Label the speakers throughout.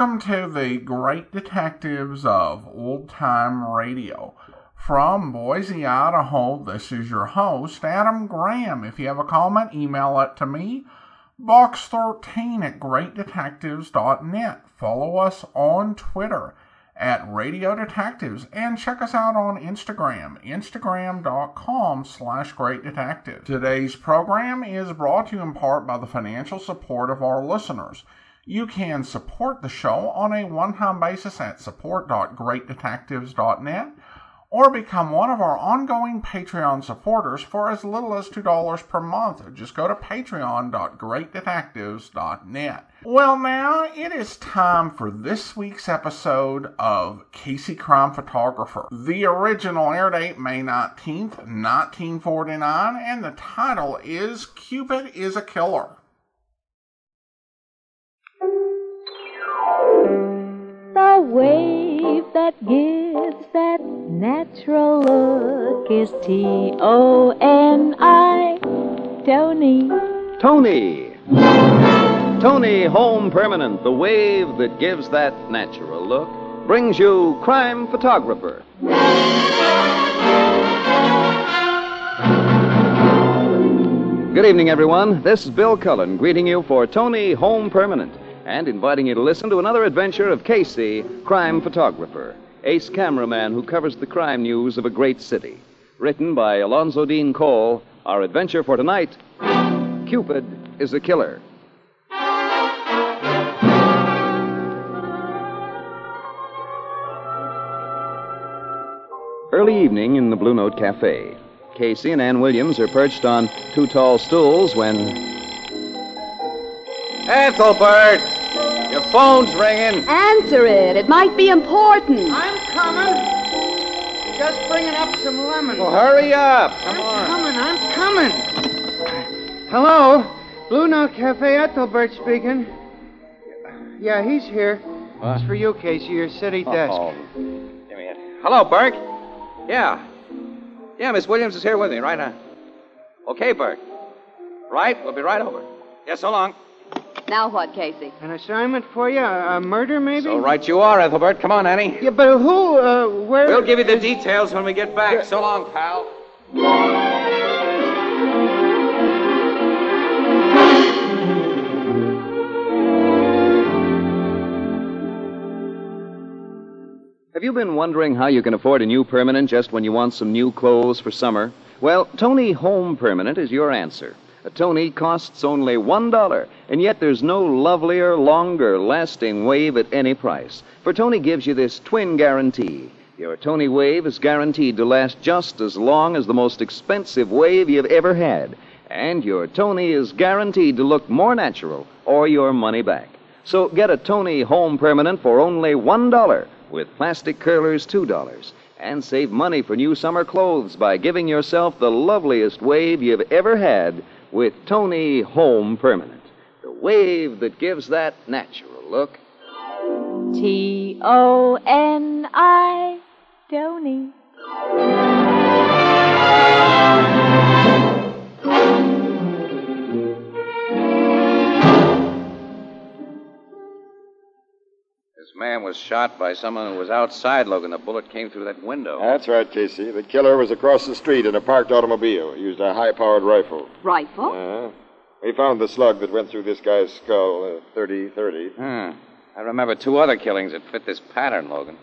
Speaker 1: the great detectives of old time radio. From Boise, Idaho, this is your host, Adam Graham. If you have a comment, email it to me, box13 at greatdetectives.net. Follow us on Twitter at Radio Detectives and check us out on Instagram, instagram.com slash great detective. Today's program is brought to you in part by the financial support of our listeners. You can support the show on a one-time basis at support.greatdetectives.net or become one of our ongoing Patreon supporters for as little as $2 per month. Just go to patreon.greatdetectives.net. Well, now it is time for this week's episode of Casey Crime Photographer. The original air date May 19th, 1949, and the title is Cupid is a Killer.
Speaker 2: The wave that gives that natural look is T O N I. Tony.
Speaker 3: Tony. Tony Home Permanent, the wave that gives that natural look, brings you Crime Photographer. Good evening, everyone. This is Bill Cullen greeting you for Tony Home Permanent and inviting you to listen to another adventure of Casey, Crime Photographer, ace cameraman who covers the crime news of a great city. Written by Alonzo Dean Cole, our adventure for tonight Cupid is a Killer. Early evening in the Blue Note Cafe. Casey and Ann Williams are perched on two tall stools when. Ethelbert! Your phone's ringing.
Speaker 4: Answer it. It might be important.
Speaker 5: I'm coming. Just bringing up some lemons.
Speaker 3: Well, hurry up! Come
Speaker 5: I'm
Speaker 3: on.
Speaker 5: coming. I'm coming. Hello, Blue Note Cafe. Ethelbert speaking. Yeah, he's here.
Speaker 3: What?
Speaker 5: It's for you, Casey. Your city desk.
Speaker 3: Uh-oh. Oh, Give me it. Hello, Burke. Yeah. Yeah, Miss Williams is here with me, right? now. Okay, Burke. Right? We'll be right over. Yeah, so long.
Speaker 4: Now what, Casey?
Speaker 5: An assignment for you? A, a murder, maybe?
Speaker 3: So right you are, Ethelbert. Come on, Annie.
Speaker 5: Yeah, but who? Uh, where?
Speaker 3: We'll give you the details when we get back. So long, pal. Have you been wondering how you can afford a new permanent just when you want some new clothes for summer? Well, Tony Home Permanent is your answer. A Tony costs only $1, and yet there's no lovelier, longer lasting wave at any price. For Tony gives you this twin guarantee. Your Tony wave is guaranteed to last just as long as the most expensive wave you've ever had. And your Tony is guaranteed to look more natural or your money back. So get a Tony Home Permanent for only $1 with plastic curlers $2 and save money for new summer clothes by giving yourself the loveliest wave you've ever had with Tony Home Permanent. The wave that gives that natural look.
Speaker 2: T O N I. Tony.
Speaker 3: This man was shot by someone who was outside, Logan. The bullet came through that window.
Speaker 6: That's right, Casey. The killer was across the street in a parked automobile. He used a high powered rifle.
Speaker 4: Rifle?
Speaker 6: Uh-huh. We found the slug that went through this guy's skull, uh, 30 30.
Speaker 3: Hmm. I remember two other killings that fit this pattern, Logan.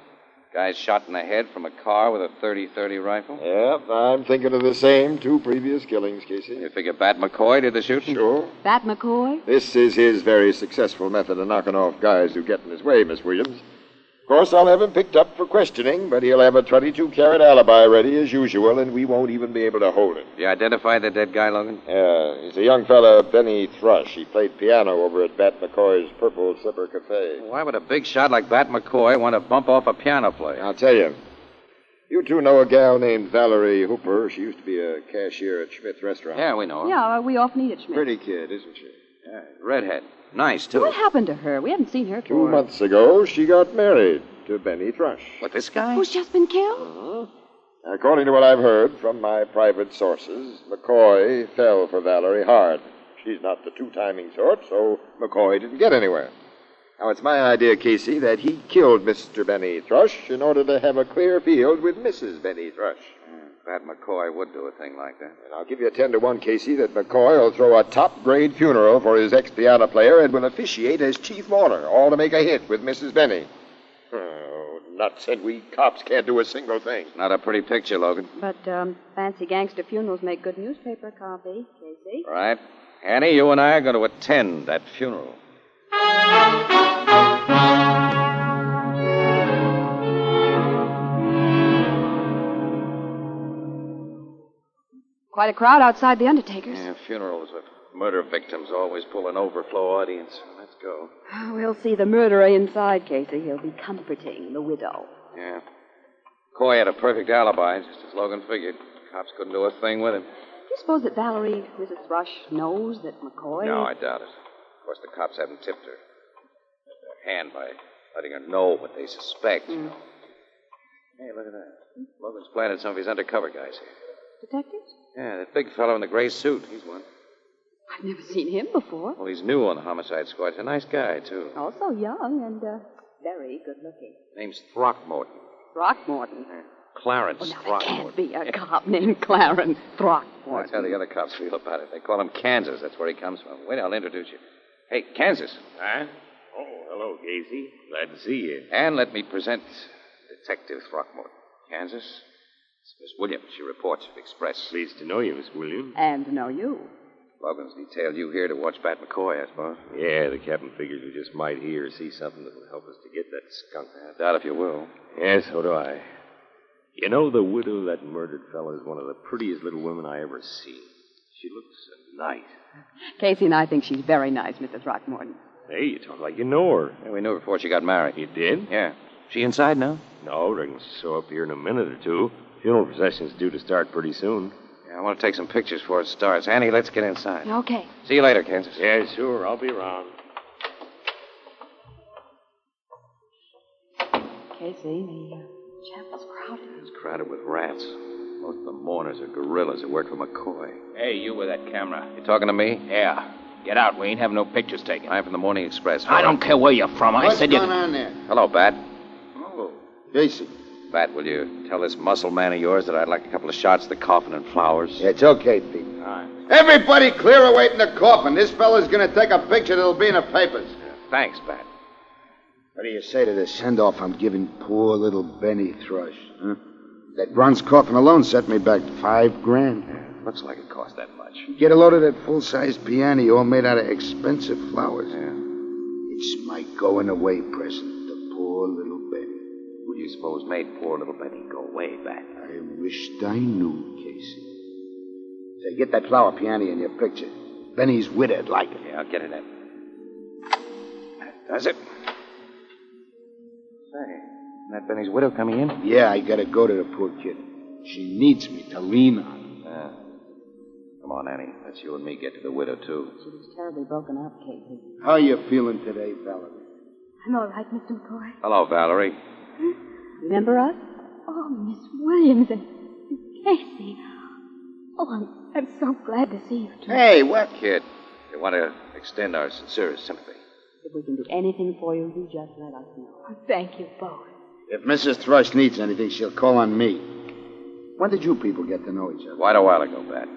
Speaker 3: Guys shot in the head from a car with a 30 30 rifle.
Speaker 6: Yep, I'm thinking of the same two previous killings,
Speaker 3: You
Speaker 6: Casey.
Speaker 3: figure Bat McCoy did the shooting?
Speaker 6: Sure.
Speaker 4: Bat McCoy?
Speaker 6: This is his very successful method of knocking off guys who get in his way, Miss Williams. Of course, I'll have him picked up for questioning, but he'll have a 22 carat alibi ready as usual, and we won't even be able to hold him.
Speaker 3: Did you identify the dead guy, Logan?
Speaker 6: Yeah, he's a young fella, Benny Thrush. He played piano over at Bat McCoy's Purple Slipper Cafe.
Speaker 3: Why would a big shot like Bat McCoy want to bump off a piano player?
Speaker 6: I'll tell you. You two know a gal named Valerie Hooper. She used to be a cashier at Schmidt's restaurant.
Speaker 3: Yeah, we
Speaker 7: Uh,
Speaker 3: know him.
Speaker 8: uh,
Speaker 4: Yeah, we often eat at Schmidt.
Speaker 6: Pretty kid, isn't she?
Speaker 3: Redhead. Nice, too.
Speaker 4: What happened to her? We haven't seen her
Speaker 6: Two
Speaker 4: for
Speaker 7: Mm,
Speaker 6: months ago, she got married to Benny Thrush.
Speaker 3: What, this guy?
Speaker 4: Who's just been killed?
Speaker 6: According to what I've heard from my private sources, McCoy fell for Valerie hard. She's not the two timing sort, so McCoy didn't get anywhere. Now, it's my idea, Casey, that he killed Mr. Benny Thrush in order to have a clear field with Mrs. Benny Thrush.
Speaker 7: Mm, That McCoy would do a thing like that.
Speaker 6: And I'll give you 10 to 1, Casey, that McCoy will throw a top grade funeral for his ex piano player and will officiate as chief mourner, all to make a hit with Mrs. Benny. Oh, nuts, and we cops can't do a single thing.
Speaker 7: Not a pretty picture, Logan.
Speaker 8: But um, fancy gangster funerals make good newspaper copy, Casey.
Speaker 7: All right. Annie, you and I are going to attend that funeral.
Speaker 8: Quite a crowd outside the undertaker's.
Speaker 7: Yeah, funerals of murder victims always pull an overflow audience. Let's go.
Speaker 8: We'll see the murderer inside, Casey. He'll be comforting the widow.
Speaker 7: Yeah. Coy had a perfect alibi, just as Logan figured. Cops couldn't do a thing with him.
Speaker 8: Do you suppose that Valerie, Mrs. Thrush, knows that McCoy?
Speaker 7: No, I doubt it. Of course, the cops haven't tipped her their hand by letting her know what they suspect.
Speaker 8: Hmm.
Speaker 7: You know. Hey, look at that. Logan's planted some of his undercover guys here.
Speaker 8: Detectives?
Speaker 7: Yeah, that big fellow in the gray suit. He's one.
Speaker 8: I've never seen him before.
Speaker 7: Well, he's new on the homicide squad. He's a nice guy, too.
Speaker 8: Also young and uh, very good looking.
Speaker 7: Name's Throckmorton.
Speaker 8: Throckmorton.
Speaker 7: Clarence
Speaker 8: Well, now, there can't
Speaker 7: Throckmorton.
Speaker 8: be a cop named Clarence
Speaker 7: That's
Speaker 8: Throckmorton.
Speaker 7: how the other cops feel about it. They call him Kansas. That's where he comes from. Wait, I'll introduce you. Hey, Kansas.
Speaker 9: Huh? Oh, hello, Casey. Glad to see you.
Speaker 7: And let me present Detective Throckmorton. Kansas. It's Miss Williams. She reports at Express.
Speaker 9: Pleased to know you, Miss Williams.
Speaker 8: And know you.
Speaker 7: Logan's detailed you here to watch Bat McCoy, I suppose.
Speaker 9: Yeah, the captain figures we just might hear or see something that will help us to get that skunk
Speaker 7: I
Speaker 9: out.
Speaker 7: doubt if you will.
Speaker 9: Yeah, so do I. You know, the widow of that murdered fellow is one of the prettiest little women I ever see. She looks so nice.
Speaker 8: Casey and I think she's very nice, Mrs. Throckmorton.
Speaker 9: Hey, you talk like you know her.
Speaker 7: Yeah, we knew her before she got married.
Speaker 9: You did?
Speaker 7: Yeah. She inside now?
Speaker 9: No, reckon she'll show up here in a minute or two. Funeral procession's due to start pretty soon.
Speaker 7: Yeah, I want to take some pictures before it starts. Annie, let's get inside.
Speaker 8: Okay.
Speaker 7: See you later, Kansas.
Speaker 9: Yeah, sure. I'll be around.
Speaker 8: Casey, the uh, chapel's crowded.
Speaker 7: It's crowded with rats. Most of the mourners are gorillas who work for McCoy.
Speaker 10: Hey, you with that camera.
Speaker 7: You talking to me?
Speaker 10: Yeah. Get out. We ain't having no pictures taken.
Speaker 7: I'm from the Morning Express.
Speaker 10: I don't care where you're from. I
Speaker 11: What's
Speaker 10: said you.
Speaker 11: going on there?
Speaker 7: Hello, Bat.
Speaker 6: Oh, Casey.
Speaker 7: Bat, will you tell this muscle man of yours that I'd like a couple of shots of the coffin and flowers?
Speaker 6: It's okay, Pete.
Speaker 7: All right.
Speaker 6: Everybody clear away from the coffin. This fella's going to take a picture that'll be in the papers.
Speaker 7: Thanks, Bat.
Speaker 12: What do you say to the send off I'm giving poor little Benny Thrush? Huh? That bronze coffin alone set me back five grand.
Speaker 7: Looks like it cost that much.
Speaker 12: Get a load of that full size piano all made out of expensive flowers.
Speaker 7: Yeah.
Speaker 12: It's my going away present to poor little Benny.
Speaker 7: Who do you suppose made poor little Benny go way back?
Speaker 12: I wished I knew, Casey. Say, get that flower piano in your picture. Benny's widowed like it.
Speaker 7: Yeah, I'll get it in. That does it. Say, isn't that Benny's widow coming in?
Speaker 12: Yeah, I gotta go to the poor kid. She needs me to lean on.
Speaker 7: Yeah. Come on, Annie. Let's you and me get to the widow, too.
Speaker 8: She was terribly broken up, Casey.
Speaker 12: How are you feeling today, Valerie?
Speaker 13: I'm all right, Mr. McCoy.
Speaker 7: Hello, Valerie.
Speaker 8: Remember us?
Speaker 13: Oh, Miss Williams and Casey. Oh, I'm, I'm so glad to see you two.
Speaker 7: Hey, what kid? We want to extend our sincerest sympathy.
Speaker 8: If we can do anything for you, you just let us know.
Speaker 13: Thank you both.
Speaker 12: If Mrs. Thrush needs anything, she'll call on me. When did you people get to know each other?
Speaker 7: Quite a while ago, Bat.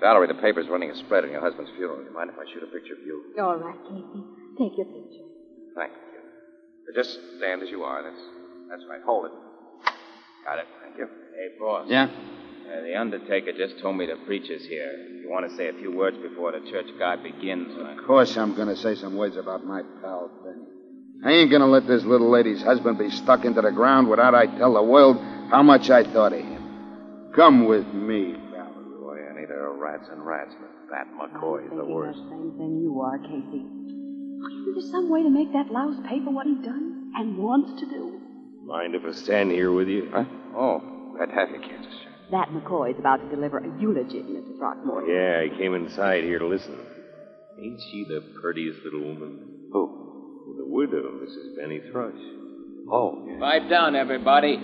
Speaker 7: Valerie, the paper's running a spread on your husband's funeral. Do you mind if I shoot a picture of you?
Speaker 13: All right, Casey. Take your picture.
Speaker 7: Thank you. So Just stand as you are. That's, that's right. Hold it. Got it. Thank you.
Speaker 10: Hey, boss.
Speaker 12: Yeah?
Speaker 10: Uh, the undertaker just told me the preacher's here. You want to say a few words before the church god begins? huh?
Speaker 12: Of course I'm gonna say some words about my pal, Benny. I ain't gonna let this little lady's husband be stuck into the ground without I tell the world how much I thought of him. Come with me, Valerie.
Speaker 7: Boy, Annie, there are rats and rats, but Bat McCoy is the
Speaker 8: Thinking
Speaker 7: worst.
Speaker 8: the same thing you are, Casey. Isn't there some way to make that louse pay for what he's done and wants to do?
Speaker 9: Mind if I stand here with you?
Speaker 7: Huh? Oh, glad to have you, Kansas.
Speaker 8: That McCoy is about to deliver a eulogy to Mrs. Rockmore.
Speaker 9: Yeah, I came inside here to listen. Ain't she the prettiest little woman?
Speaker 7: Who?
Speaker 9: The widow, Mrs. Benny Thrush.
Speaker 7: Oh, yeah.
Speaker 10: Pipe down, everybody.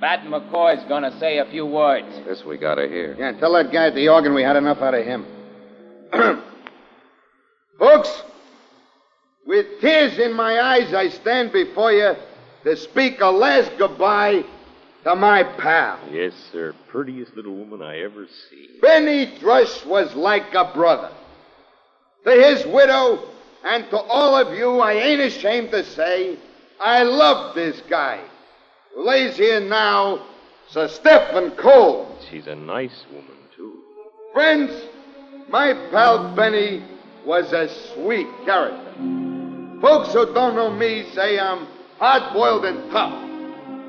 Speaker 10: Bat McCoy's gonna say a few words.
Speaker 7: This we got her here.
Speaker 12: Yeah, tell that guy at the organ we had enough out of him. Folks, With tears in my eyes, I stand before you to speak a last goodbye to my pal.
Speaker 9: Yes, sir. Prettiest little woman I ever see.
Speaker 12: Benny Thrush was like a brother. To his widow and to all of you, I ain't ashamed to say I love this guy who lays here now, Sir Stephen Cole.
Speaker 9: She's a nice woman, too.
Speaker 12: Friends, my pal Benny was a sweet character. Folks who don't know me say I'm hard boiled and tough.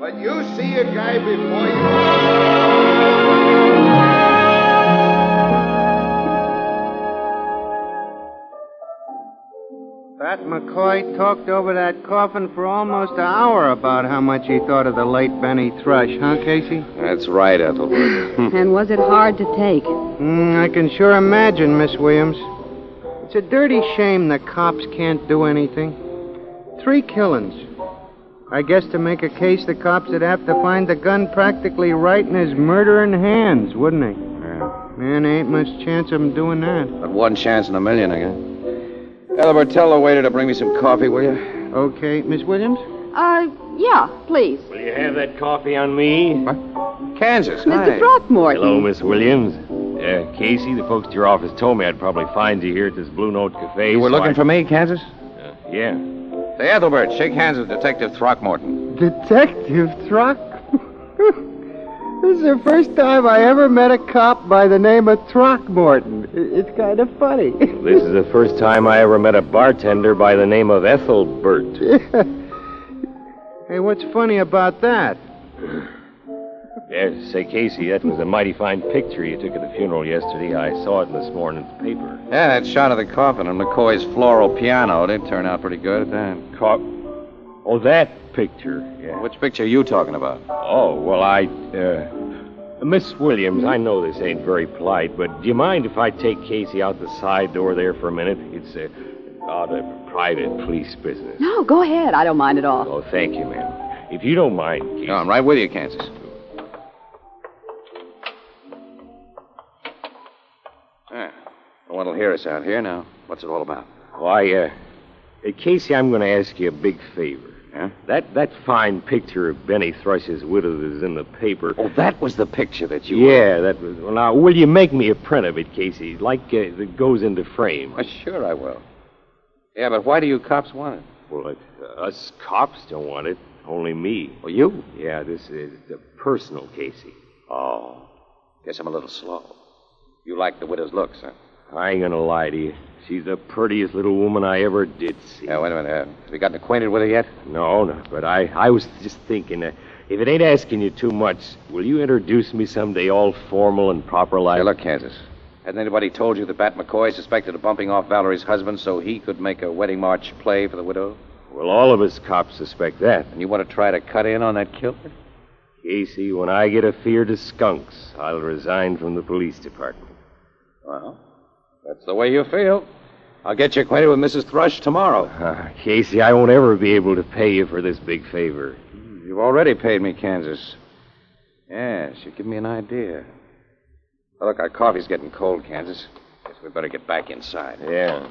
Speaker 12: But you see a guy before you.
Speaker 5: Pat McCoy talked over that coffin for almost an hour about how much he thought of the late Benny Thrush, huh, Casey?
Speaker 7: That's right, Ethelbert.
Speaker 8: And was it hard to take?
Speaker 5: Mm, I can sure imagine, Miss Williams. It's a dirty shame the cops can't do anything. Three killings. I guess to make a case, the cops would have to find the gun practically right in his murdering hands, wouldn't they?
Speaker 7: Yeah.
Speaker 5: Man, there ain't much chance of him doing that.
Speaker 7: But one chance in a million, I guess. Ethelbert, tell the waiter to bring me some coffee, will you?
Speaker 5: Okay, Miss Williams?
Speaker 8: Uh, yeah, please.
Speaker 9: Will you have that coffee on me?
Speaker 7: Kansas,
Speaker 8: Mr. Throckmorton.
Speaker 9: Hello, Miss Williams. Uh, Casey, the folks at your office told me I'd probably find you here at this Blue Note Cafe.
Speaker 7: You were
Speaker 9: so
Speaker 7: looking
Speaker 9: I-
Speaker 7: for me, Kansas?
Speaker 9: Yeah.
Speaker 7: Say, Ethelbert, shake hands with Detective Throckmorton.
Speaker 5: Detective Throck? this is the first time I ever met a cop by the name of Throckmorton. I- It's kind of funny.
Speaker 9: This is the first time I ever met a bartender by the name of Ethelbert.
Speaker 5: hey, what's funny about that?
Speaker 9: There, say, Casey, that was a mighty fine picture you took at the funeral yesterday. I saw it in this morning's paper.
Speaker 7: Yeah, that shot of the coffin and McCoy's floral piano did turn out pretty good at that.
Speaker 9: oh, that picture. Yeah.
Speaker 7: Which picture are you talking about?
Speaker 9: Oh, well, I. Uh, Miss Williams, I know this ain't very polite, but do you mind if I take Casey out the side door there for a minute? It's uh, out of private police business.
Speaker 8: No, go ahead. I don't mind at all.
Speaker 9: Oh, thank you, ma'am. If you don't mind, Casey.
Speaker 7: I'm right with you, Kansas. Yeah. Eh, No one will hear us out here now. What's it all about?
Speaker 9: Why, uh, uh, Casey, I'm going to ask you a big favor.
Speaker 7: Yeah?
Speaker 9: That that fine picture of Benny Thrush's widow that is in the paper.
Speaker 7: Oh, that was the picture that you.
Speaker 9: Yeah, that was. Well, now, will you make me a print of it, Casey? Like uh, that goes into frame.
Speaker 7: Why, sure I will. Yeah, but why do you cops want it?
Speaker 9: Well, uh, us cops don't want it. Only me.
Speaker 7: Well, you?
Speaker 9: Yeah, this is a personal, Casey.
Speaker 7: Oh. Guess I'm a little slow. You like the widow's looks, huh?
Speaker 9: I ain't gonna lie to you. She's the prettiest little woman I ever did see.
Speaker 7: Yeah, wait a minute. Uh, have you gotten acquainted with her yet?
Speaker 9: No, no, but I, I was just thinking, uh, if it ain't asking you too much, will you introduce me someday all formal and proper like?
Speaker 7: Hey, look, Kansas. Hasn't anybody told you that Bat McCoy suspected of bumping off Valerie's husband so he could make a wedding march play for the widow?
Speaker 9: Well, all of us cops suspect that.
Speaker 7: And you want to try to cut in on that killer?
Speaker 9: Casey, when I get a fear to skunks, I'll resign from the police department.
Speaker 7: Well, that's the way you feel. I'll get you acquainted with Mrs. Thrush tomorrow.
Speaker 9: Uh, Casey, I won't ever be able to pay you for this big favor.
Speaker 7: You've already paid me, Kansas. Yes, you give me an idea. Now, look, our coffee's getting cold, Kansas. Guess we better get back inside.
Speaker 9: Yeah.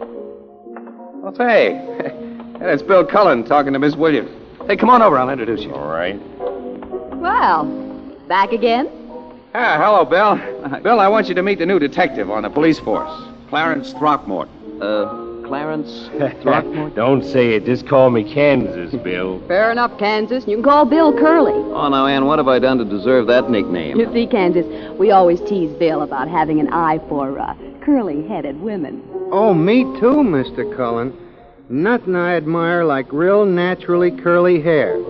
Speaker 7: Well, hey, that's Bill Cullen talking to Miss Williams. Hey, come on over. I'll introduce you.
Speaker 9: All right.
Speaker 8: Well, back again?
Speaker 7: Ah, hello, Bill. Bill, I want you to meet the new detective on the police force, Clarence Throckmorton.
Speaker 8: Uh, Clarence.
Speaker 9: Don't say it. Just call me Kansas, Bill.
Speaker 8: Fair enough, Kansas. You can call Bill Curley.
Speaker 3: Oh, now, Ann, what have I done to deserve that nickname?
Speaker 8: You see, Kansas, we always tease Bill about having an eye for uh, curly headed women.
Speaker 5: Oh, me too, Mr. Cullen. Nothing I admire like real naturally curly hair.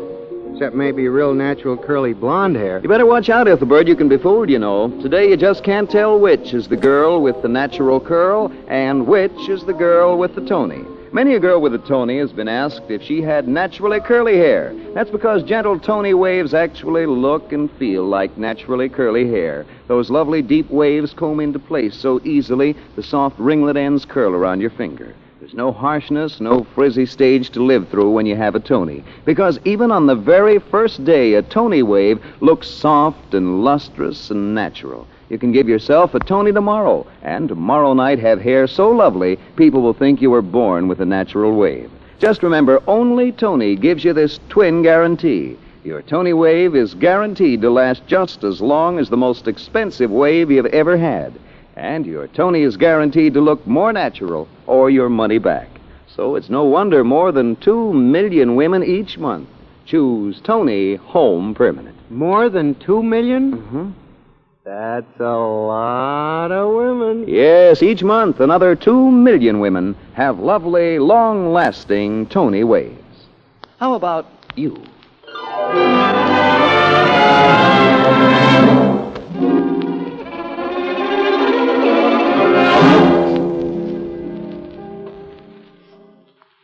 Speaker 5: Except maybe real natural curly blonde hair.
Speaker 3: You better watch out, Ethelbert. You can be fooled, you know. Today, you just can't tell which is the girl with the natural curl and which is the girl with the Tony. Many a girl with a Tony has been asked if she had naturally curly hair. That's because gentle Tony waves actually look and feel like naturally curly hair. Those lovely deep waves comb into place so easily, the soft ringlet ends curl around your finger. There's no harshness, no frizzy stage to live through when you have a Tony. Because even on the very first day, a Tony wave looks soft and lustrous and natural. You can give yourself a Tony tomorrow, and tomorrow night have hair so lovely people will think you were born with a natural wave. Just remember, only Tony gives you this twin guarantee. Your Tony wave is guaranteed to last just as long as the most expensive wave you've ever had. And your Tony is guaranteed to look more natural or your money back. So it's no wonder more than two million women each month choose Tony Home Permanent.
Speaker 5: More than two million? Mm-hmm. That's a lot of women.
Speaker 3: Yes, each month another two million women have lovely, long lasting Tony waves. How about you?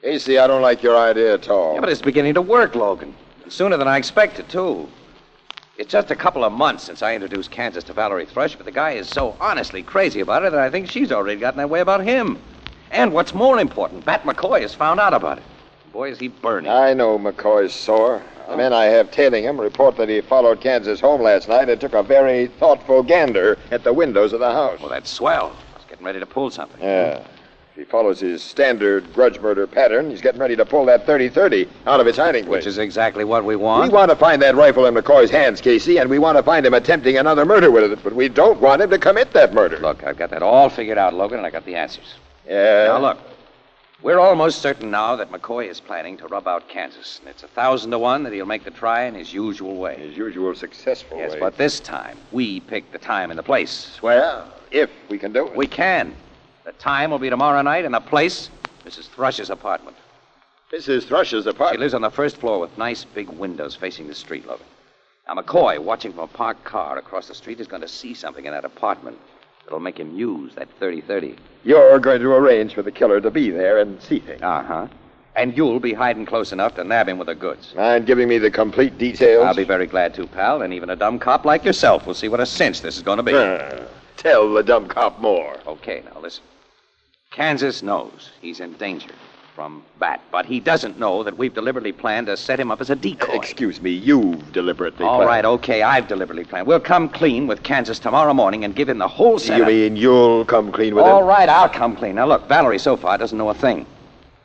Speaker 6: Casey, I don't like your idea at all.
Speaker 7: Yeah, but it's beginning to work, Logan. And sooner than I expected, too. It's just a couple of months since I introduced Kansas to Valerie Thrush, but the guy is so honestly crazy about her that I think she's already gotten that way about him. And what's more important, Bat McCoy has found out about it. Boy, is he burning.
Speaker 6: I know McCoy's sore. The men I have tailing him report that he followed Kansas home last night and took a very thoughtful gander at the windows of the house.
Speaker 7: Well, that's swell. He's getting ready to pull something.
Speaker 6: Yeah. If he follows his standard grudge murder pattern, he's getting ready to pull that 30-30 out of its hiding place.
Speaker 7: Which is exactly what we want.
Speaker 6: We want to find that rifle in McCoy's hands, Casey, and we want to find him attempting another murder with it, but we don't want him to commit that murder.
Speaker 7: Look, I've got that all figured out, Logan, and I got the answers.
Speaker 6: Yeah.
Speaker 7: Now, look. We're almost certain now that McCoy is planning to rub out Kansas, and it's a thousand to one that he'll make the try in his usual way.
Speaker 6: His usual successful
Speaker 7: Yes,
Speaker 6: way.
Speaker 7: but this time we pick the time and the place.
Speaker 6: Well, if we can do it.
Speaker 7: We can. The time will be tomorrow night, and the place, Mrs. Thrush's apartment.
Speaker 6: Mrs. Thrush's apartment.
Speaker 7: She lives on the first floor with nice big windows facing the street, Logan. Now, McCoy, watching from a parked car across the street, is going to see something in that apartment that'll make him use that 30 30.
Speaker 6: You're going to arrange for the killer to be there and see things.
Speaker 7: Uh huh. And you'll be hiding close enough to nab him with the goods.
Speaker 6: Mind giving me the complete details?
Speaker 7: I'll be very glad to, pal, and even a dumb cop like yourself will see what a cinch this is going to be.
Speaker 6: Uh, tell the dumb cop more.
Speaker 7: Okay, now listen. Kansas knows he's in danger from Bat, but he doesn't know that we've deliberately planned to set him up as a decoy.
Speaker 6: Excuse me, you've deliberately
Speaker 7: All
Speaker 6: planned.
Speaker 7: right, okay, I've deliberately planned. We'll come clean with Kansas tomorrow morning and give him the whole
Speaker 6: You
Speaker 7: setup.
Speaker 6: mean you'll come clean with
Speaker 7: All
Speaker 6: him?
Speaker 7: right, I'll come clean. Now, look, Valerie so far doesn't know a thing.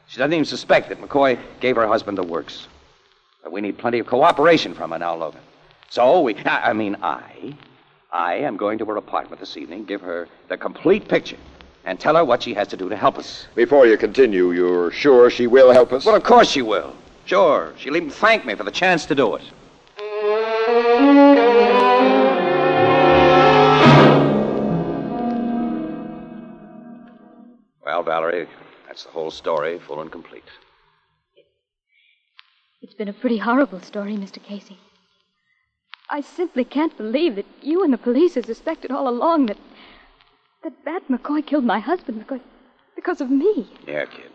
Speaker 7: She doesn't even suspect that McCoy gave her husband the works. But we need plenty of cooperation from her now, Logan. So we, I I mean, I, I am going to her apartment this evening, give her the complete picture, and tell her what she has to do to help us.
Speaker 6: Before you continue, you're sure she will help us?
Speaker 7: Well, of course she will. Sure, she'll even thank me for the chance to do it. Well, Valerie, that's the whole story, full and complete.
Speaker 2: It's been a pretty horrible story, Mr. Casey. I simply can't believe that you and the police have suspected all along that that Bat McCoy killed my husband because because of me.
Speaker 7: Yeah, kid.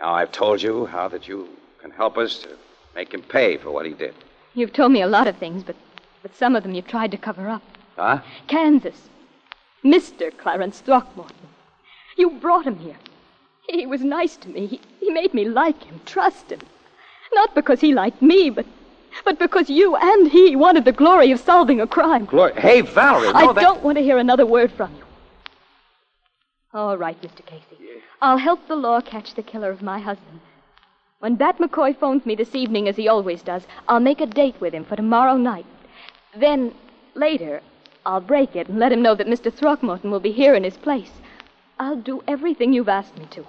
Speaker 7: Now I've told you how that you can help us to make him pay for what he did.
Speaker 2: You've told me a lot of things, but but some of them you've tried to cover up.
Speaker 7: Huh?
Speaker 2: Kansas. Mr. Clarence Throckmorton. You brought him here. He was nice to me. He, he made me like him, trust him. Not because he liked me, but but because you and he wanted the glory of solving a crime.
Speaker 7: Glory. Hey, Valerie,
Speaker 2: I
Speaker 7: no, that-
Speaker 2: don't want to hear another word from you. All right, Mr. Casey. I'll help the law catch the killer of my husband. When Bat McCoy phones me this evening, as he always does, I'll make a date with him for tomorrow night. Then, later, I'll break it and let him know that Mr. Throckmorton will be here in his place. I'll do everything you've asked me to.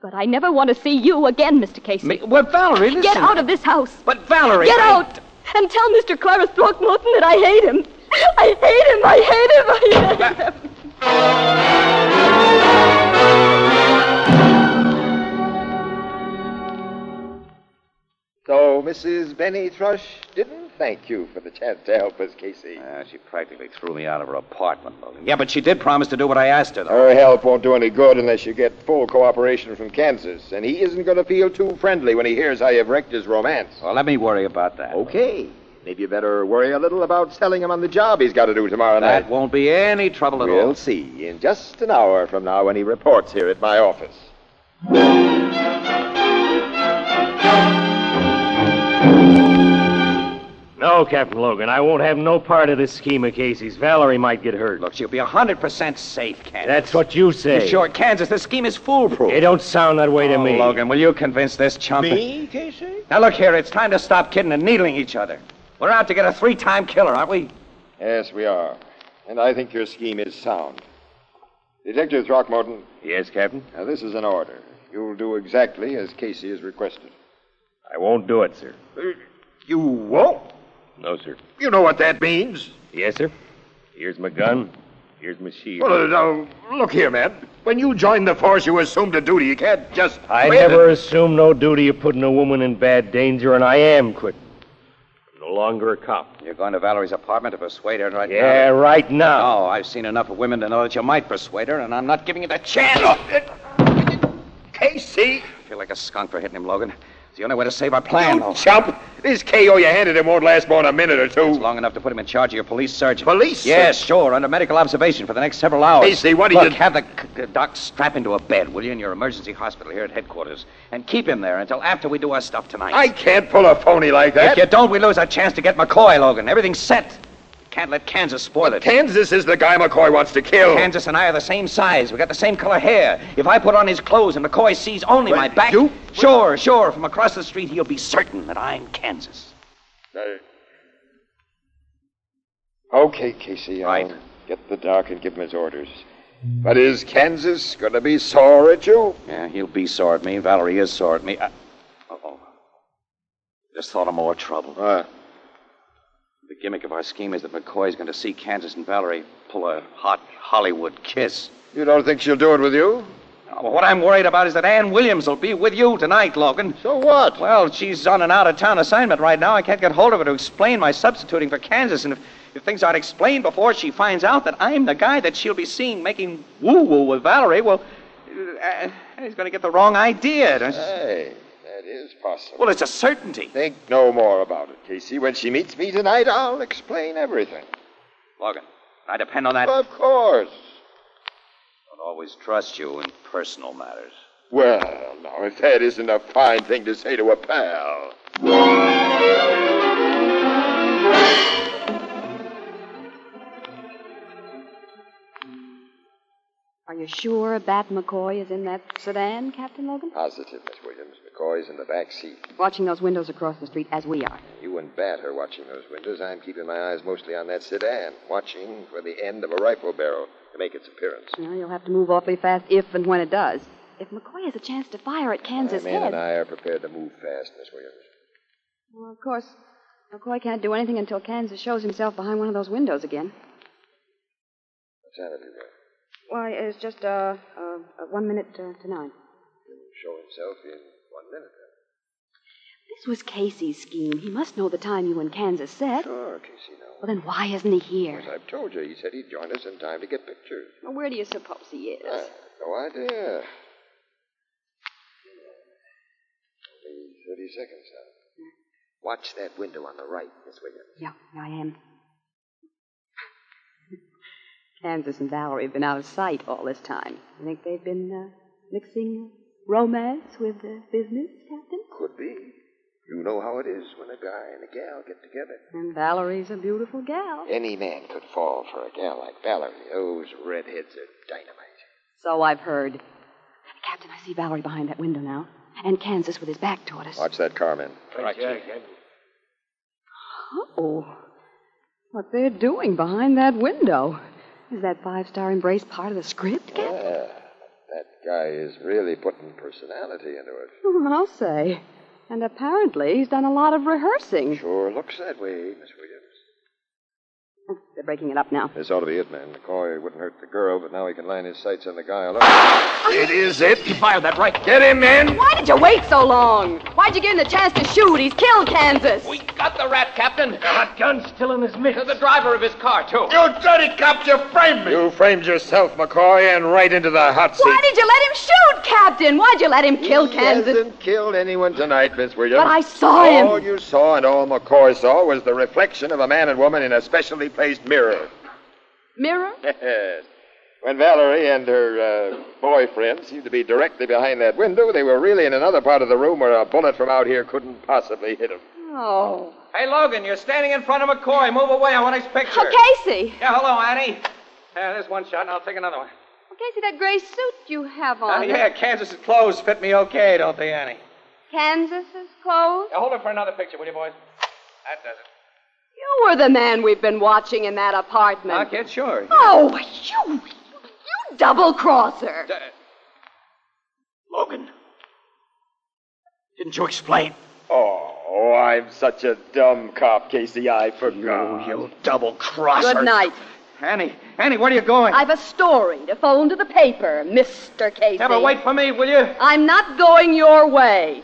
Speaker 2: But I never want to see you again, Mr. Casey.
Speaker 7: Me- well, Valerie, listen.
Speaker 2: Get out of this house.
Speaker 7: But, Valerie.
Speaker 2: Get
Speaker 7: I-
Speaker 2: out! And tell Mr. Clarence Throckmorton that I hate him. I hate him. I hate him. I hate him.
Speaker 6: So Mrs. Benny Thrush didn't thank you for the chance to help us, Casey.
Speaker 7: Uh, she practically threw me out of her apartment, Logan. Yeah, but she did promise to do what I asked her, though.
Speaker 6: Her help won't do any good unless you get full cooperation from Kansas, and he isn't going to feel too friendly when he hears how you've wrecked his romance.
Speaker 7: Well, let me worry about that.
Speaker 6: Okay. Maybe you better worry a little about selling him on the job he's got to do tomorrow
Speaker 7: That
Speaker 6: night.
Speaker 7: won't be any trouble at all.
Speaker 6: We'll see in just an hour from now when he reports here at my office.
Speaker 9: Now, No, Captain Logan, I won't have no part of this scheme of Casey's. Valerie might get hurt. Look,
Speaker 7: she'll be 100% safe, Kansas.
Speaker 9: That's what you say.
Speaker 7: You're sure, Kansas, this scheme is foolproof.
Speaker 9: It don't sound that way to
Speaker 7: Oh,
Speaker 9: me.
Speaker 7: Logan, will you convince this chump?
Speaker 14: Me, Casey?
Speaker 7: Now, look here, it's time to stop kidding and needling each other. We're out to get a three time killer, aren't we?
Speaker 6: Yes, we are. And I think your scheme is sound. Detective Throckmorton.
Speaker 9: Yes, Captain?
Speaker 6: Now, this is an order. You'll do exactly as Casey has requested.
Speaker 9: I won't do it, sir.
Speaker 6: You won't?
Speaker 9: No, sir.
Speaker 6: You know what that means.
Speaker 9: Yes, sir. Here's my gun. Here's my shield.
Speaker 6: Well, uh, now, look here, man. When you joined the force, you assumed a duty. You can't just.
Speaker 9: I
Speaker 6: quit
Speaker 9: never
Speaker 6: and-
Speaker 9: assume no duty of putting a woman in bad danger, and I am quitting. I'm no longer a cop.
Speaker 7: You're going to Valerie's apartment to persuade her right now.
Speaker 9: Yeah, right now.
Speaker 7: No, I've seen enough of women to know that you might persuade her, and I'm not giving you the chance. Oh.
Speaker 6: Casey!
Speaker 7: I feel like a skunk for hitting him, Logan. It's the only way to save our plan. though.
Speaker 6: Chump! This KO you handed him won't last more than a minute or two.
Speaker 7: It's long enough to put him in charge of your police surgeon.
Speaker 6: Police
Speaker 7: Yes,
Speaker 6: surgeon?
Speaker 7: sure, under medical observation for the next several hours.
Speaker 6: Casey, what do you-
Speaker 7: Look, have the c- c- doc strap into a bed, will you, in your emergency hospital here at headquarters, and keep him there until after we do our stuff tonight.
Speaker 6: I can't pull a phony like that.
Speaker 7: If you don't, we lose our chance to get McCoy, Logan. Everything's set. Can't let Kansas spoil it.
Speaker 6: Kansas is the guy McCoy wants to kill.
Speaker 7: Kansas and I are the same size. We got the same color hair. If I put on his clothes and McCoy sees only my back, you? sure, sure. From across the street, he'll be certain that I'm Kansas.
Speaker 6: uh, Okay, Casey, I'll get the doc and give him his orders. But is Kansas going to be sore at you?
Speaker 7: Yeah, he'll be sore at me. Valerie is sore at me. Uh oh. Just thought of more trouble.
Speaker 6: What?
Speaker 7: The gimmick of our scheme is that McCoy's going to see Kansas and Valerie pull a hot Hollywood kiss.
Speaker 6: You don't think she'll do it with you?
Speaker 7: Well, what I'm worried about is that Ann Williams will be with you tonight, Logan.
Speaker 6: So what?
Speaker 7: Well, she's on an out of town assignment right now. I can't get hold of her to explain my substituting for Kansas. And if, if things aren't explained before she finds out that I'm the guy that she'll be seeing making woo woo with Valerie, well, uh, he's going to get the wrong idea. don't you-
Speaker 6: Hey, that is possible.
Speaker 7: Well, it's a certainty.
Speaker 6: Think no more about it, Casey. When she meets me tonight, I'll explain everything.
Speaker 7: Logan, I depend on that.
Speaker 6: Of course.
Speaker 7: don't always trust you in personal matters.
Speaker 6: Well, now, if that isn't a fine thing to say to a pal.
Speaker 8: Are you sure Bat McCoy is in that sedan, Captain Logan?
Speaker 6: Positive, Miss Williams. McCoy's in the back seat.
Speaker 8: Watching those windows across the street as we are.
Speaker 6: You and Bat are watching those windows. I'm keeping my eyes mostly on that sedan, watching for the end of a rifle barrel to make its appearance.
Speaker 8: Well, you'll have to move awfully fast if and when it does. If McCoy has a chance to fire at
Speaker 6: My
Speaker 8: Kansas
Speaker 6: man
Speaker 8: head.
Speaker 6: and I are prepared to move fast, Miss Williams.
Speaker 8: Well, of course, McCoy can't do anything until Kansas shows himself behind one of those windows again.
Speaker 6: What's that everywhere?
Speaker 8: Why, it's just uh, uh, one minute uh, to nine.
Speaker 6: Show himself in one minute. then.
Speaker 8: This was Casey's scheme. He must know the time you and Kansas set.
Speaker 6: Sure, Oh, Casey knows.
Speaker 8: Well, then why isn't he here?
Speaker 6: As I've told you, he said he'd join us in time to get pictures.
Speaker 8: Well, where do you suppose he is?
Speaker 6: I have no idea. Only 30 seconds now. Watch that window on the right, Miss Williams.
Speaker 8: Yeah, I am. Kansas and Valerie have been out of sight all this time. You think they've been uh, mixing romance with uh, business, Captain?
Speaker 6: Could be. You know how it is when a guy and a gal get together.
Speaker 8: And Valerie's a beautiful gal.
Speaker 6: Any man could fall for a gal like Valerie. Those redheads are dynamite.
Speaker 8: So I've heard. Captain, I see Valerie behind that window now, and Kansas with his back toward us.
Speaker 6: Watch that car, man.
Speaker 7: Right,
Speaker 8: Oh, what they're doing behind that window. Is that five star embrace part of the script, Captain?
Speaker 6: Yeah, that guy is really putting personality into it.
Speaker 8: Oh, I'll say. And apparently he's done a lot of rehearsing.
Speaker 6: Sure looks that way, Miss Williams.
Speaker 8: They're breaking it up now.
Speaker 6: This ought to be it, man. McCoy wouldn't hurt the girl, but now he can line his sights on the guy alone. it is it. He fired that right. Get him, man.
Speaker 8: Why did you wait so long? Why'd you give him the chance to shoot? He's killed Kansas.
Speaker 7: We got the rat, Captain. The hot
Speaker 9: gun's still in his mitt.
Speaker 7: The driver of his car, too.
Speaker 6: You dirty cops, you framed me. You framed yourself, McCoy, and right into the hot seat.
Speaker 8: Why did you let him shoot, Captain? Why'd you let him kill Kansas?
Speaker 6: hasn't killed anyone tonight, Miss Williams.
Speaker 8: But I saw him.
Speaker 15: Oh,
Speaker 6: All you saw and all McCoy saw was the reflection of a man and woman in a specially placed mirror.
Speaker 8: Mirror?
Speaker 6: Yes. When Valerie and her uh, boyfriend seemed to be directly behind that window, they were really in another part of the room where a bullet from out here couldn't possibly hit them.
Speaker 8: Oh.
Speaker 15: Hey, Logan, you're standing in front of McCoy. Move away. I want his picture.
Speaker 2: Oh, Casey.
Speaker 15: Yeah, hello, Annie. Yeah, there's one shot, and I'll take another one.
Speaker 14: Casey, that gray suit you have
Speaker 15: Uh,
Speaker 7: Oh, Ah,
Speaker 14: on.
Speaker 15: yeah, Kansas's clothes fit me okay, don't they, Annie?
Speaker 14: Kansas's clothes?
Speaker 15: Yeah, hold it for another picture, will you, boys? That does it.
Speaker 14: You were the man we've been watching in that apartment.
Speaker 15: I'll get sure.
Speaker 14: Oh, you, you double crosser.
Speaker 15: D-
Speaker 6: Logan. Didn't you explain? Oh, I'm such a dumb cop, Casey. I forgot. You, you double crosser.
Speaker 14: Good night.
Speaker 15: Annie, Annie, where are you going?
Speaker 14: I've a story to phone to the paper, Mr. Casey.
Speaker 15: Ever wait for me, will you?
Speaker 14: I'm not going your way.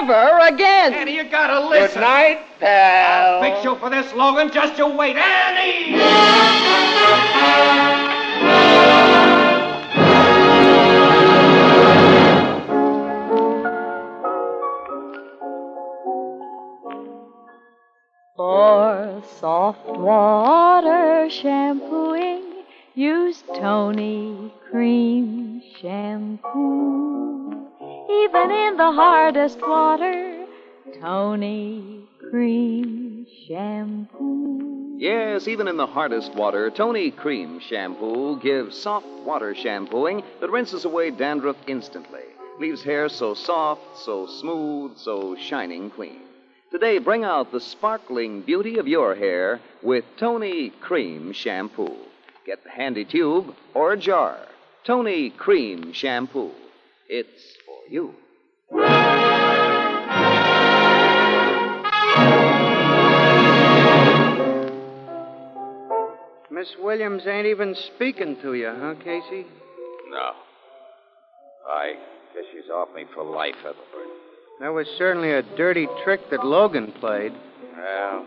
Speaker 14: Ever again.
Speaker 15: Annie, you gotta listen. night, pal. I'll fix you for this, Logan. Just you wait. Annie!
Speaker 13: For soft water shampooing, use Tony Cream Shampoo. Even in the hardest water, Tony Cream Shampoo.
Speaker 3: Yes, even in the hardest water, Tony Cream Shampoo gives soft water shampooing that rinses away dandruff instantly, leaves hair so soft, so smooth, so shining clean. Today, bring out the sparkling beauty of your hair with Tony Cream Shampoo. Get the handy tube or a jar. Tony Cream Shampoo. It's for you.
Speaker 5: Miss Williams ain't even speaking to you, huh, Casey?
Speaker 15: No. I guess she's off me for life, Ethelbert.
Speaker 5: That was certainly a dirty trick that Logan played.
Speaker 7: Well,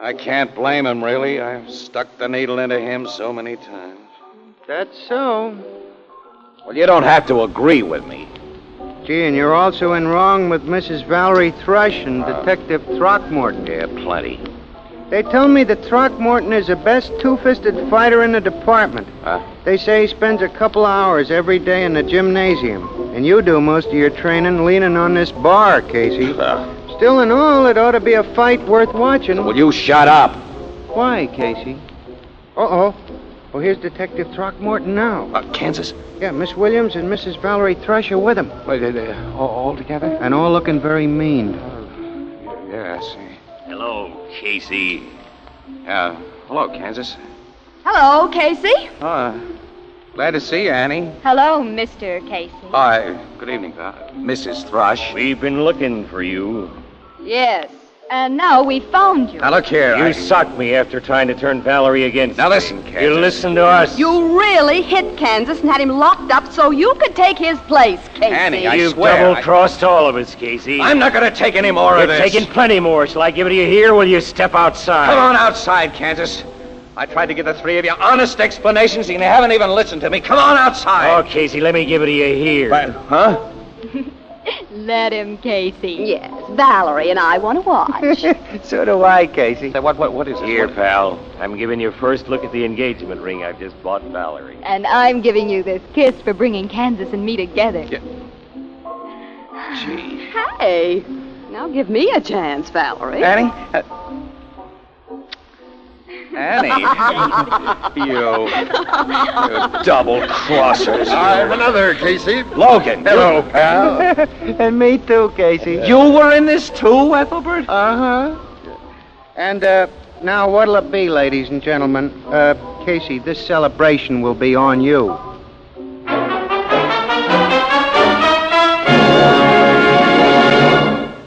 Speaker 7: I can't blame him, really. I've stuck the needle into him so many times.
Speaker 5: That's so.
Speaker 7: Well, you don't have to agree with me.
Speaker 5: Gee, and you're also in wrong with Mrs. Valerie Thrush and Detective Throckmorton.
Speaker 7: Yeah, plenty.
Speaker 5: They tell me that Throckmorton is the best two fisted fighter in the department.
Speaker 7: Huh?
Speaker 5: They say he spends a couple hours every day in the gymnasium. And you do most of your training leaning on this bar, Casey. Still in all, it ought to be a fight worth watching.
Speaker 7: Will you shut up?
Speaker 5: Why, Casey? Uh oh. Well, here's Detective Throckmorton now.
Speaker 7: Uh, Kansas.
Speaker 5: Yeah, Miss Williams and Mrs. Valerie Thrush are with him.
Speaker 7: Wait, they, they, all, all together? Oh,
Speaker 5: And all looking very mean.
Speaker 7: Yeah, I see. Hello, Casey. Uh, hello, Kansas.
Speaker 13: Hello, Casey.
Speaker 7: Uh, glad to see you, Annie.
Speaker 13: Hello, Mr. Casey.
Speaker 15: Uh,
Speaker 7: Hi. Good evening, pal. Mrs. Thrush.
Speaker 9: We've been looking for you.
Speaker 13: Yes. And now we found you.
Speaker 7: Now look here.
Speaker 9: You
Speaker 7: I-
Speaker 9: socked me after trying to turn Valerie against.
Speaker 7: Now listen, Kansas.
Speaker 9: You listen to us.
Speaker 14: You really hit Kansas and had him locked up so you could take his place, Casey.
Speaker 7: Annie, I
Speaker 9: You've
Speaker 7: swear,
Speaker 9: double crossed all of us, Casey.
Speaker 7: I'm not gonna take any more
Speaker 9: You're
Speaker 7: of this.
Speaker 9: taking plenty more. Shall I give it to you here? Or will you step outside?
Speaker 7: Come on outside, Kansas. I tried to give the three of you honest explanations, and you haven't even listened to me. Come on outside.
Speaker 9: Oh, Casey, let me give it to you here.
Speaker 7: huh?
Speaker 13: Let him, Casey.
Speaker 14: Yes, Valerie and I want to watch.
Speaker 9: So do I, Casey. what, what, what is it? Here, pal. I'm giving your first look at the engagement ring I've just bought Valerie.
Speaker 2: And I'm giving you this kiss for bringing Kansas and me together.
Speaker 7: Gee.
Speaker 14: hey, now give me a chance, Valerie.
Speaker 7: Annie? Uh, Annie. you. you double crossers.
Speaker 6: I'm another, Casey.
Speaker 7: Logan.
Speaker 6: Hello, pal.
Speaker 5: and me too, Casey.
Speaker 7: You were in this too, Ethelbert? Uh-huh.
Speaker 5: Uh huh. And uh, now, what'll it be, ladies and gentlemen? Uh, Casey, this celebration will be on you.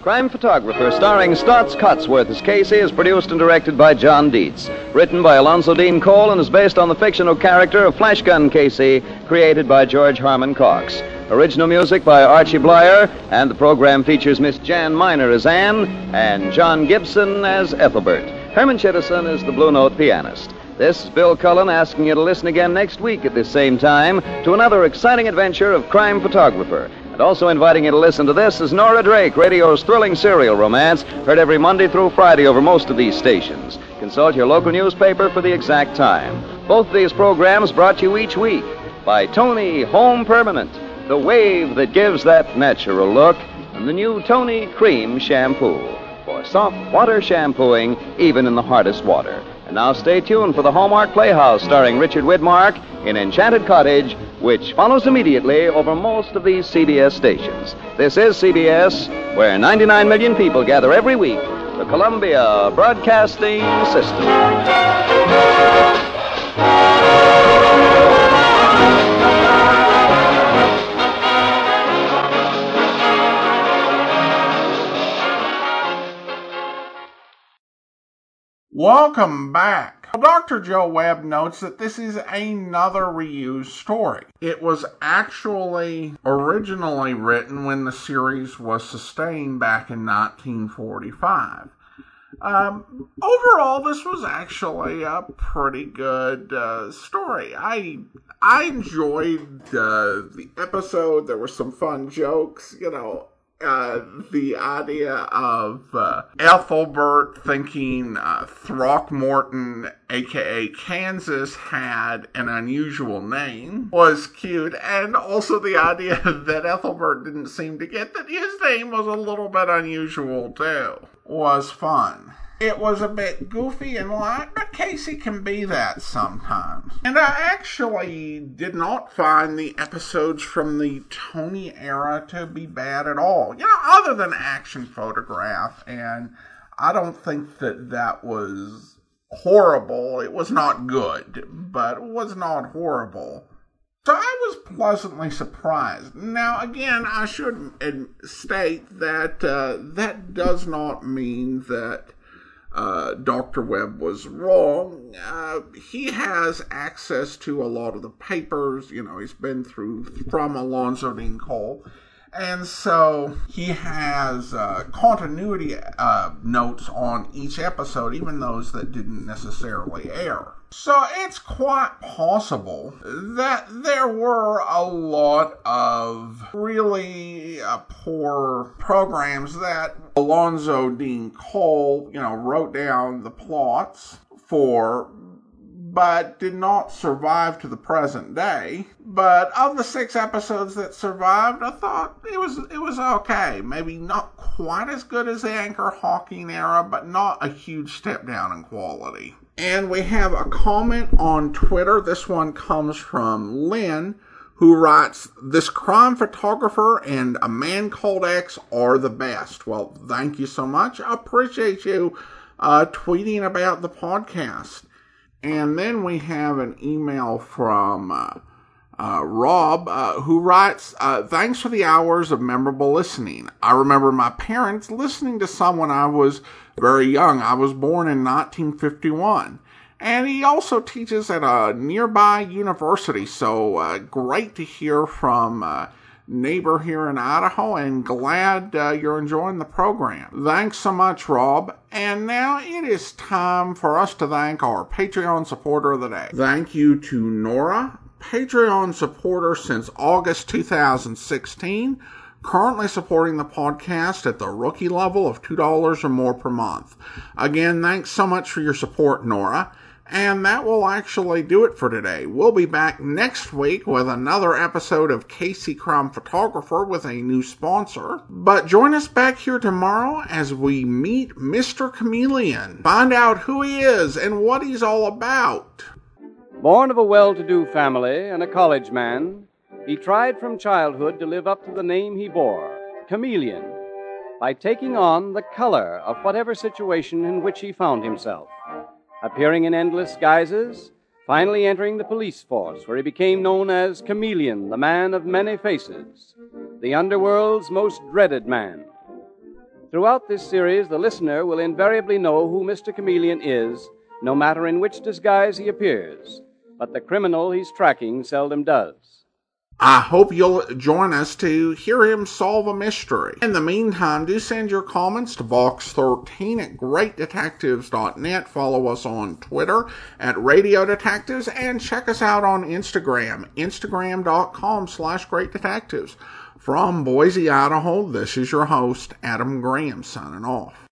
Speaker 3: Crime Photographer, starring Stotts Cotsworth as Casey, is produced and directed by John Dietz. Written by Alonzo Dean Cole and is based on the fictional character of Flash Gun Casey, created by George Harmon Cox. Original music by Archie Blyer, and the program features Miss Jan Miner as Anne and John Gibson as Ethelbert. Herman Chittison is the Blue Note pianist. This is Bill Cullen asking you to listen again next week at this same time to another exciting adventure of Crime Photographer. And also inviting you to listen to this is Nora Drake, radio's thrilling serial romance, heard every Monday through Friday over most of these stations. Consult your local newspaper for the exact time. Both of these programs brought to you each week by Tony Home Permanent, the wave that gives that natural look, and the new Tony Cream Shampoo. for soft water shampooing, even in the hardest water. And now stay tuned for the Hallmark Playhouse starring Richard Widmark in Enchanted Cottage, which follows immediately over most of these CBS stations. This is CBS, where 99 million people gather every week, the Columbia Broadcasting System.
Speaker 1: Welcome back. Well, Dr. Joe Webb notes that this is another reused story. It was actually originally written when the series was sustained back in 1945. Um, overall, this was actually a pretty good uh, story. I I enjoyed uh, the episode. There were some fun jokes. You know, uh, the idea of uh, Ethelbert thinking uh, Throckmorton, aka Kansas, had an unusual name was cute, and also the idea that Ethelbert didn't seem to get that his name was a little bit unusual too was fun. It was a bit goofy and light, but Casey can be that sometimes. And I actually did not find the episodes from the Tony era to be bad at all. You know, other than Action Photograph, and I don't think that that was horrible. It was not good, but it was not horrible. So I was pleasantly surprised. Now, again, I should ad- state that uh, that does not mean that uh, Dr. Webb was wrong. Uh, he has access to a lot of the papers. You know, he's been through from Alonzo Dean Cole. And so he has uh, continuity uh, notes on each episode, even those that didn't necessarily air. So it's quite possible that there were a lot of really uh, poor programs that Alonzo Dean Cole, you know, wrote down the plots for but did not survive to the present day. But of the six episodes that survived, I thought it was it was okay. Maybe not quite as good as the Anchor Hawking era, but not a huge step down in quality. And we have a comment on Twitter. This one comes from Lynn, who writes, This crime photographer and a man called X are the best. Well, thank you so much. I appreciate you uh, tweeting about the podcast. And then we have an email from uh, uh, Rob uh, who writes Thanks for the hours of memorable listening. I remember my parents listening to some when I was very young. I was born in 1951. And he also teaches at a nearby university, so uh, great to hear from uh, neighbor here in Idaho and glad uh, you're enjoying the program. Thanks so much, Rob. And now it is time for us to thank our Patreon supporter of the day. Thank you to Nora, Patreon supporter since August 2016, currently supporting the podcast at the rookie level of $2 or more per month. Again, thanks so much for your support, Nora. And that will actually do it for today. We'll be back next week with another episode of Casey Crumb Photographer with a new sponsor. But join us back here tomorrow as we meet Mr. Chameleon, find out who he is and what he's all about.
Speaker 16: Born of a well to do family and a college man, he tried from childhood to live up to the name he bore, Chameleon, by taking on the color of whatever situation in which he found himself appearing in endless guises, finally entering the police force, where he became known as Chameleon, the man of many faces, the underworld's most dreaded man. Throughout this series, the listener will invariably know who Mr. Chameleon is, no matter in which disguise he appears, but the criminal he's tracking seldom does.
Speaker 1: I hope you'll join us to hear him solve a mystery. In the meantime, do send your comments to box13 at greatdetectives.net. Follow us on Twitter at Radio Detectives and check us out on Instagram, instagram.com slash greatdetectives. From Boise, Idaho, this is your host, Adam Graham, signing off.